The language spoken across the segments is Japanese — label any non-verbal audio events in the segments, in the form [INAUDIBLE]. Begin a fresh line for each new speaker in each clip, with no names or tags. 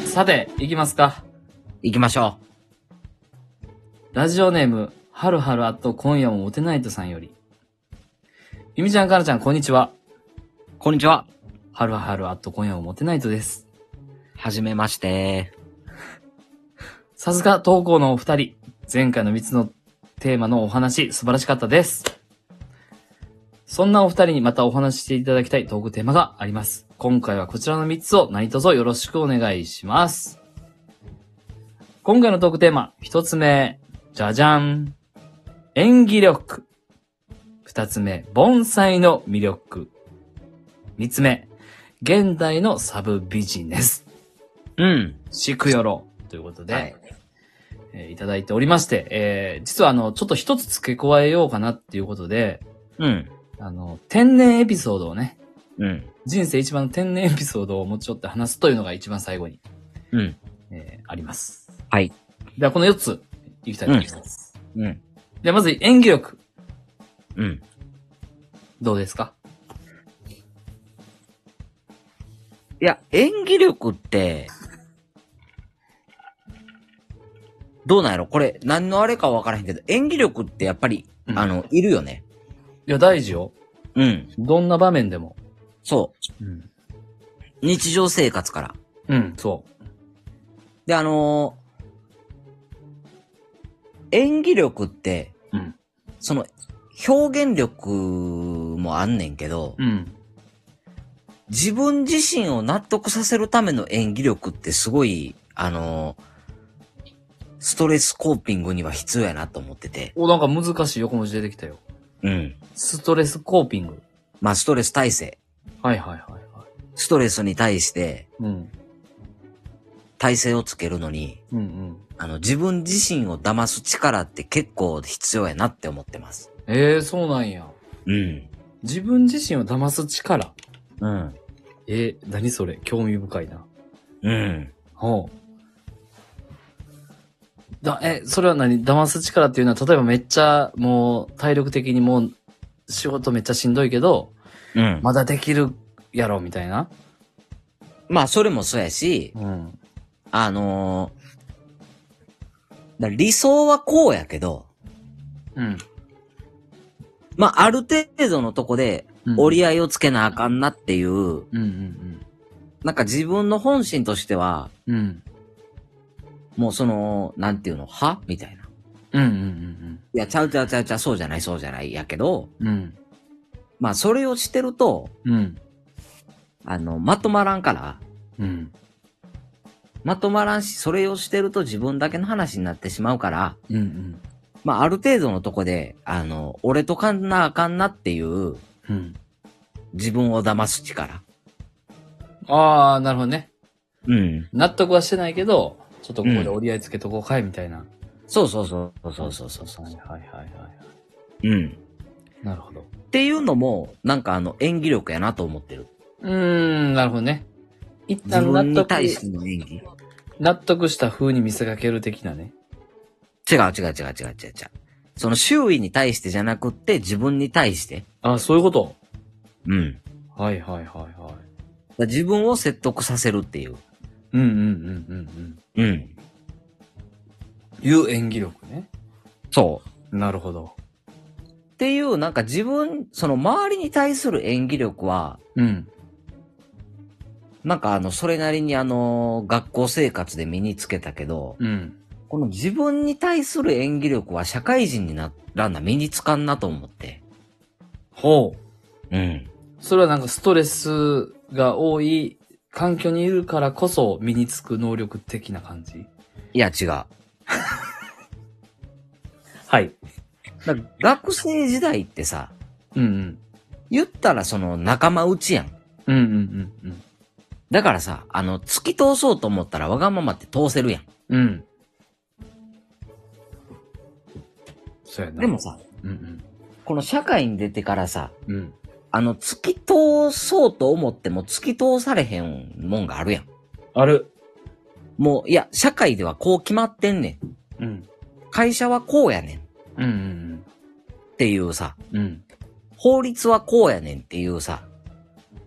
さて、いきますか。
行きましょ
ラジオネーム、はるはるあと今夜もモテないとさんより。ゆみちゃん、かなちゃん、こんにちは。
う。こんにちは。
はるはるあと今夜もモテないとです。
はじめまして。
さすが投稿のお二人。前回の3つのテーマのお話、素晴らしかったです。そんなお二人にまたお話ししていただきたいトークテーマがあります。今回はこちらの3つを何卒よろしくお願いします。今回のトークテーマ、1つ目、じゃじゃん。演技力。2つ目、盆栽の魅力。3つ目、現代のサブビジネス。
うん。
しくよろ。ということで、
はい
えーいただいておりまして、えー実はあの、ちょっと一つ付け加えようかなっていうことで、
うん。
あの、天然エピソードをね、
うん。
人生一番の天然エピソードを持ち寄って話すというのが一番最後に、
うん。
えーあります。
はい。
では、この4つ、いきたいと思います。
うん。
では、まず演技力、
うん。
どうですか
いや、演技力って、どうなんやろこれ、何のあれかわからへんけど、演技力ってやっぱり、
うん
あの、いるよね。
いや、大事よ。
うん。
どんな場面でも。
そ
うん。
う。日常生活から。
うん、そ
で、あのー演技力って、
う。うん。
その、表現力もあんねんけど、
うん。
自分自身を納得させるための演技力ってすごい、あのーストレスコーピングには必要やなと思ってて。
お、なんか難しい横文字出てきたよ。
うん。
ストレスコーピング。
まあ、ストレス耐性。
はいはいはいはい。
ストレスに対して
うん。
耐性をつけるのに、
うんうん。
あの、自分自身を騙す力って結構必要やなって思ってます。
ええー、そうなんや。
うん。
自分自身を騙す力。
うん。
えー、何それ興味深いな。
うん。
ほう。だ、え、それは何騙す力っていうのは、例えばめっちゃ、もう、体力的にもう、仕事めっちゃしんどいけど、
うん。ま
まだできるやろ、みたいな。
まあ、それもそうやし、
うん。
あのーだ理想はこうやけど、
うん。
まあ、ある程度のとこで折り合いをつけなあかんなっていう、
うんうん
なんか自分の本心としては、
うん。うん。
もうその、なんていうの、はみたいな。
うんうん
いや、ちゃうちゃうちゃうちゃう、そうじゃない、そうじゃない、やけど、
うんうん。うん。
まあ、それをしてると、
うん。
あの、まとまらんから、
うん。
まとまらんし、それをしてると自分だけの話になってしまうから、
うんうん。
まあ、ある程度のとこで、あの、俺とかんなあかんなっていう、
うん。
自分を騙す力。
ああ、なるほどね。
うん。
納得はしてないけど、ちょっとここで折り合いつけとこうかい、みたいな。
そうそうそうそうそうそうそう。
はいはいはいは
うん。
い。なるほど。
っていうのも、なんかあの、演技力やなと思ってる。
うーん、なるほどね。一
自
旦
分
納
に
得、
対しての演技。違う
納得した風に見せかける的なね。
違う違う違う違う違う。その周囲に対してじゃなくって、自分に対して。
あ、そういうこと
うん。だか
はいはいはいはい。
ら自分を説得させるっていう。
うんうんうんうん
う
う
ん。
ん。いう演技力ね。
そう。
なるほど。
っていう、なんか自分、その周りに対する演技力は、
うん。
なんかあの、それなりにあの、学校生活で身につけたけど、
うん。
この自分に対する演技力は社会人にならな身につかんなと思って。
ほう。
うん。
それはなんかストレスが多い環境にいるからこそ身につく能力的な感じ。
いや、違う。
はい。
だ学生時代ってさ、
うんうん。
言ったらその仲間内やん。
うんうんうん
だからさ、あの、突き通そうと思ったらわがままって通せるやん。
うん。うん。そうやな。
でも、さ、
うん
この社会に出てからさ、
うん。うん。
あの、突き通そうと思っても突き通されへんもんがあるやん。
ある。
もう、いや、社会ではこう決まってんねん。
うん。
会社はこうやねん。っ
うんうん
ていうさ、
うん。うん。
法律はこうやねんっていうさ、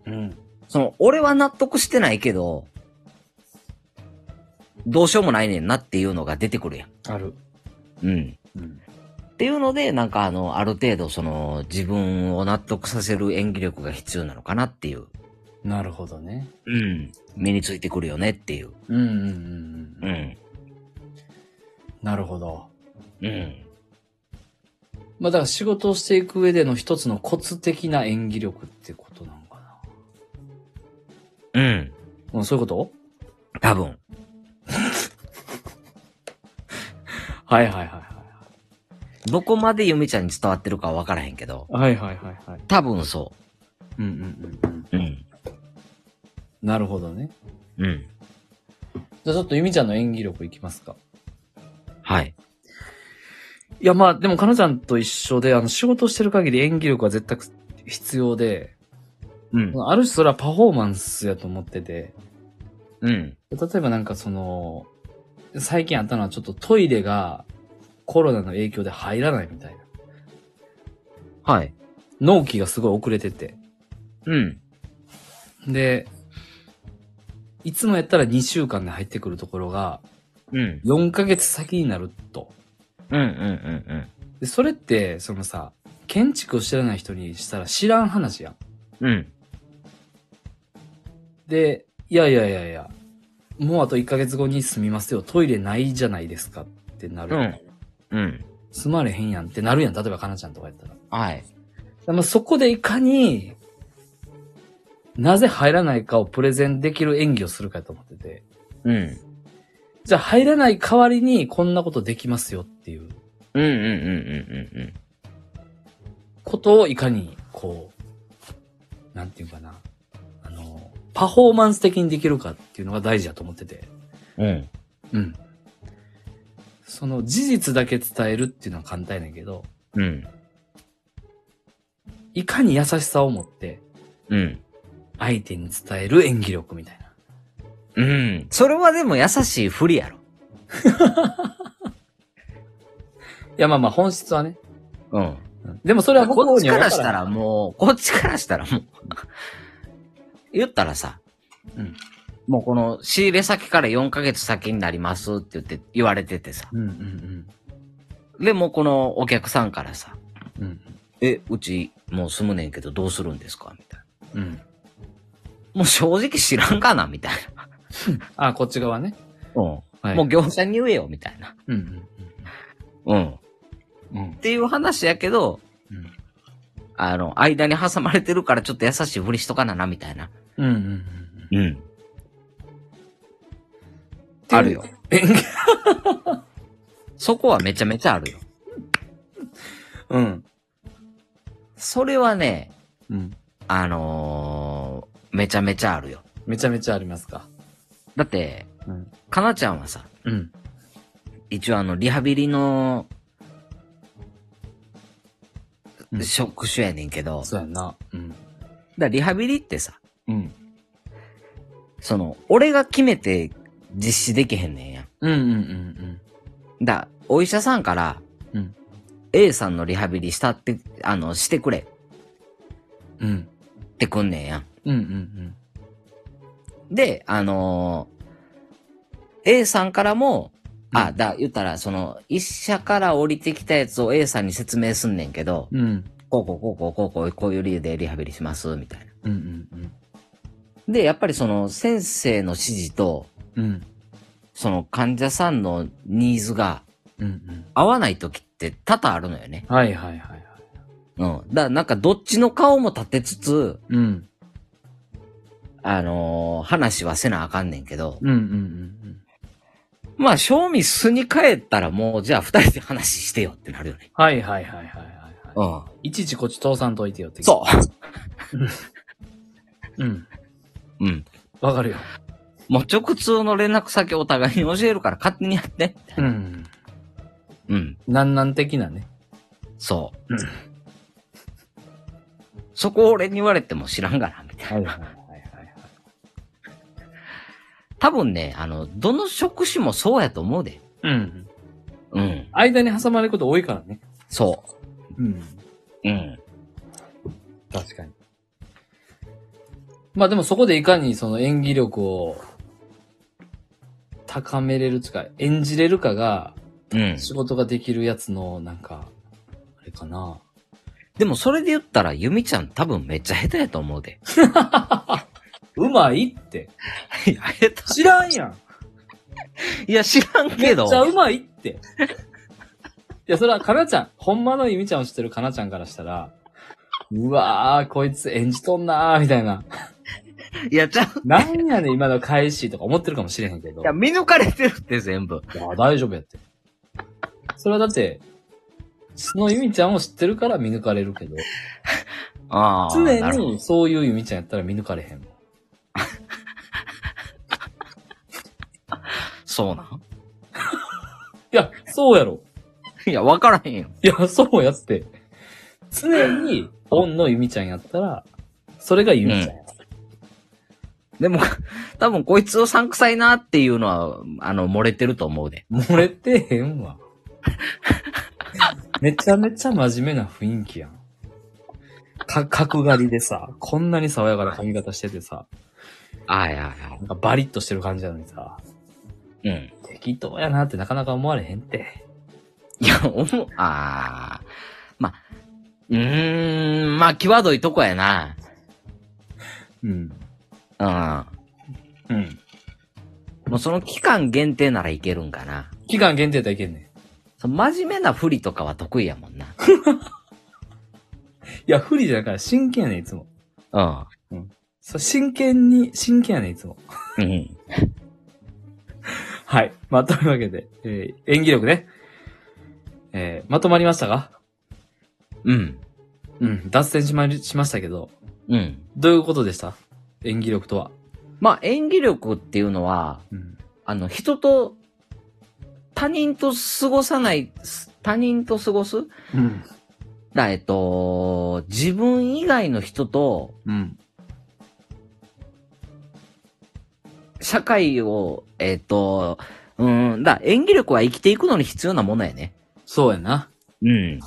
うん。
その、俺は納得してないけど、どうしようもないねんなっていうのが出てくるやん。
ある。
うん。
うん。
っていうので、なんかあの、ある程度その、自分を納得させる演技力が必要なのかなっていう。
なるほどね。
うん。身についてくるよねっていう。
うんうんうん
う
うん。
ん。
なるほど。
うん。
まあだから仕事をしていく上での一つのコツ的な演技力ってことなのかな。
うん。
うん、そういうこと
多分。
はいはいはいは
どこまでゆみちゃんに伝わってるかはわからへんけど。
い。はいはいはいはい。
多分そ
うんうんうんうん。
う。うん。
なるほどね。
うん。
じゃあちょっとゆみちゃんの演技力いきますか。
はい。
いやまあでもかなちゃんと一緒で、あの仕事してる限り演技力は絶対必要で、
うん。
ある種それはパフォーマンスやと思ってて、
うん。
例えばなんかその、最近あったのはちょっとトイレがコロナの影響で入らないみたいな。
はい。
納期がすごい遅れてて。
うん。
で、いつもやったら2週間で入ってくるところが、
うん。
4ヶ月先になると。
うん。うん。うん。
で、それって、そのさ、建築を知らない人にしたら知らん話やん。
うん。
で、いやいやいやいや、もうあと1ヶ月後に住みますよ。トイレないじゃないですかってなる。
うんうん。
住まれへんやんってなるやん。例えばかなちゃんとかやったら。
はい。
でまあ、そこでいかに、なぜ入らないかをプレゼンできる演技をするかと思ってて。
うん。
じゃあ入らない代わりにこんなことできますよっていう
うん。うん。うん。うん。うん。
ことをいかに、こう、なんていうかな。あの、パフォーマンス的にできるかっていうのが大事だと思ってて。
うん。
うん。その事実だけ伝えるっていうのは簡単やねんけど、
うん。
いかに優しさを持って
うん。
相手に伝える演技力みたいな。
うん。それはでも優しいふりやろ。
いや、まあまあ本質はね。
うん。
うんでもそれは
こっちから
向こうには分
した
ん
らもう、こっちからしたらもう、 [LAUGHS] 言ったらさ、
うん
もうこの仕入れ先から4ヶ月先になりますって言って、言われててさ。
うんうん
で、もうこのお客さんからさ、
うん。うん。
え、うちもう住むねんけどどうするんですかみたいな。
うん。
もう正直知らんかなみたいな。
あ、こっち側ね。
うん。
はい。
[LAUGHS] もう業者に言えよ、みたいな。
うんうん
うん。っ
うん。うん。
ていう話やけど、
うん
あの、間に挟まれてるからちょっと優しいふりしとかなな、みたいな。
うんうんうん。
うん。あるよ。
演技。
そこはめちゃめちゃあるよ。
うん。
それはね、
うん。
あのー、めちゃめちゃあるよ。
めちゃめちゃありますか。
だって、
うん。
かなちゃんはさ、
うん。
一応あの、リハビリの
う、ん
職種やねんけど、だか
そうやんな。うん。
らリハビリってさ、
うん。
その、俺が決めて実施できへんねんや。
うんうんうん
だ、お医者さんから、
うん。
A さんのリハビリしたって、あの、してくれ
うん。うん。
ってくんねんや。
うんうん
で、あのー A さんからも、あ、だ、言ったら、その、医者から降りてきたやつを A さんに説明すんねんけど、
うん。うん。
こうこうこうこうこうこう、こういう理由でリハビリします、みたいな。
うんうん
で、やっぱりその、先生の指示と、
うん。うん。
その患者さんのニーズが
うんうん。
合わない時って多々あるのよね。
はいはいはいはい。
うん。だからなんかどっちの顔も立てつつ、
うん。
あのー話はせなあかんねんけど、
うんうんうん。
まあ、賞味巣に帰ったらもう、じゃあ二人で話してよってなるよね。
はいはいはいはいはいは
うん。
い。いちいちこっち通さんといてよって。。
そう
うん。
う。うん。
わかるよ。
もう直通の連絡先お互いに教えるから勝手にやって。
うん。
うん。
なんなん的なね。
そう
うん。
そこ俺に言われても知らんがな、みたいな。
はいはいはいはい。
多分ね、あの、どの職種もそうやと思うで。
うん。
うん。
間に挟まれること多いからね。
そ
うん。
う。うん。
確かに。まあでもそこでいかにその演技力を高めれるとか、演じれるかが、
うん。
仕事ができるやつの、なんか、あれかな。
でもそれで言ったら、ゆみちゃん多分めっちゃ下手やと思うで。 [LAUGHS]
うまいって。
いや、下手。
知らんやん。
いや、知らん
め
け
っち
ど。
ゃうまいって。いや、それは、かなちゃん、ほんまのゆみちゃんを知ってるかなちゃんからしたら、うわー、こいつ演じとんなー、みたいな。
いや、ちゃう。
なんやねん、今の返しとか思ってるかもしれへんけど。
いや、見抜かれてるって全部。
いや、大丈夫やって。それはだって、そのゆみちゃんを知ってるから見抜かれるけど、
ああ。な
常
るほど
にそういうゆみちゃんやったら見抜かれへんもん。
そうなん
いや、そうやろ。
いや、わからへんよ。
いや、そうやって。常に、オンのゆみちゃんやったら、それがゆみちゃんや。
でも、 [LAUGHS] 多分こいつをさんくさいなっていうのは、あの、漏れてると思うで。
漏れてへんわ。 [LAUGHS] めちゃめちゃ真面目な雰囲気やん。か、角刈りでさ、こんなに爽やかな髪型しててさ、
あいやいや
なんかバリッとしてる感じなのにさ、
うん。
適当やなってなかなか思われへんって。
いや、思う、ああ。ま、うーん、まあ、際どいとこやな。
うん。
うん。
うん。
もうその期間限定ならいけるんかな。
期間限定やったらいけんね
その真面目な振りとかは得意やもんな。
ん。いや、不利じゃないから真剣やねん、いつも。
う
そう、真剣に、真剣やねん、いつも。
ん。うん。
はい。まあ、というわけで、えー演技力ね。えーまとまりましたか
うん。
うん。脱線しまり、しましたけど、
うん。
どういうことでした演技力とは。
まあ、演技力っていうのは、
うん。
あの、人と、他人と過ごさない、す他人と過ごす
うん。
だ、えっと、自分以外の人と
うん。
社会を、えっと、うん、だ、演技力は生きていくのに必要なものやね。
そうやな。
うん。
うん。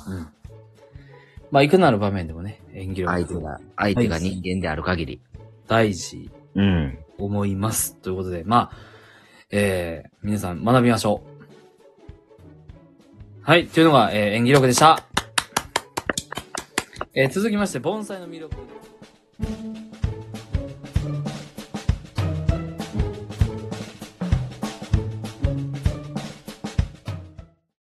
まあ、いかなる場面でもね、演技
相手
力
が、相手が人間である限り。
大事、
うん。
思います。ということで、まあ、えー、皆さん学びましょう。はい、というのが、えー演技力でした。えー続きまして、盆栽の魅力。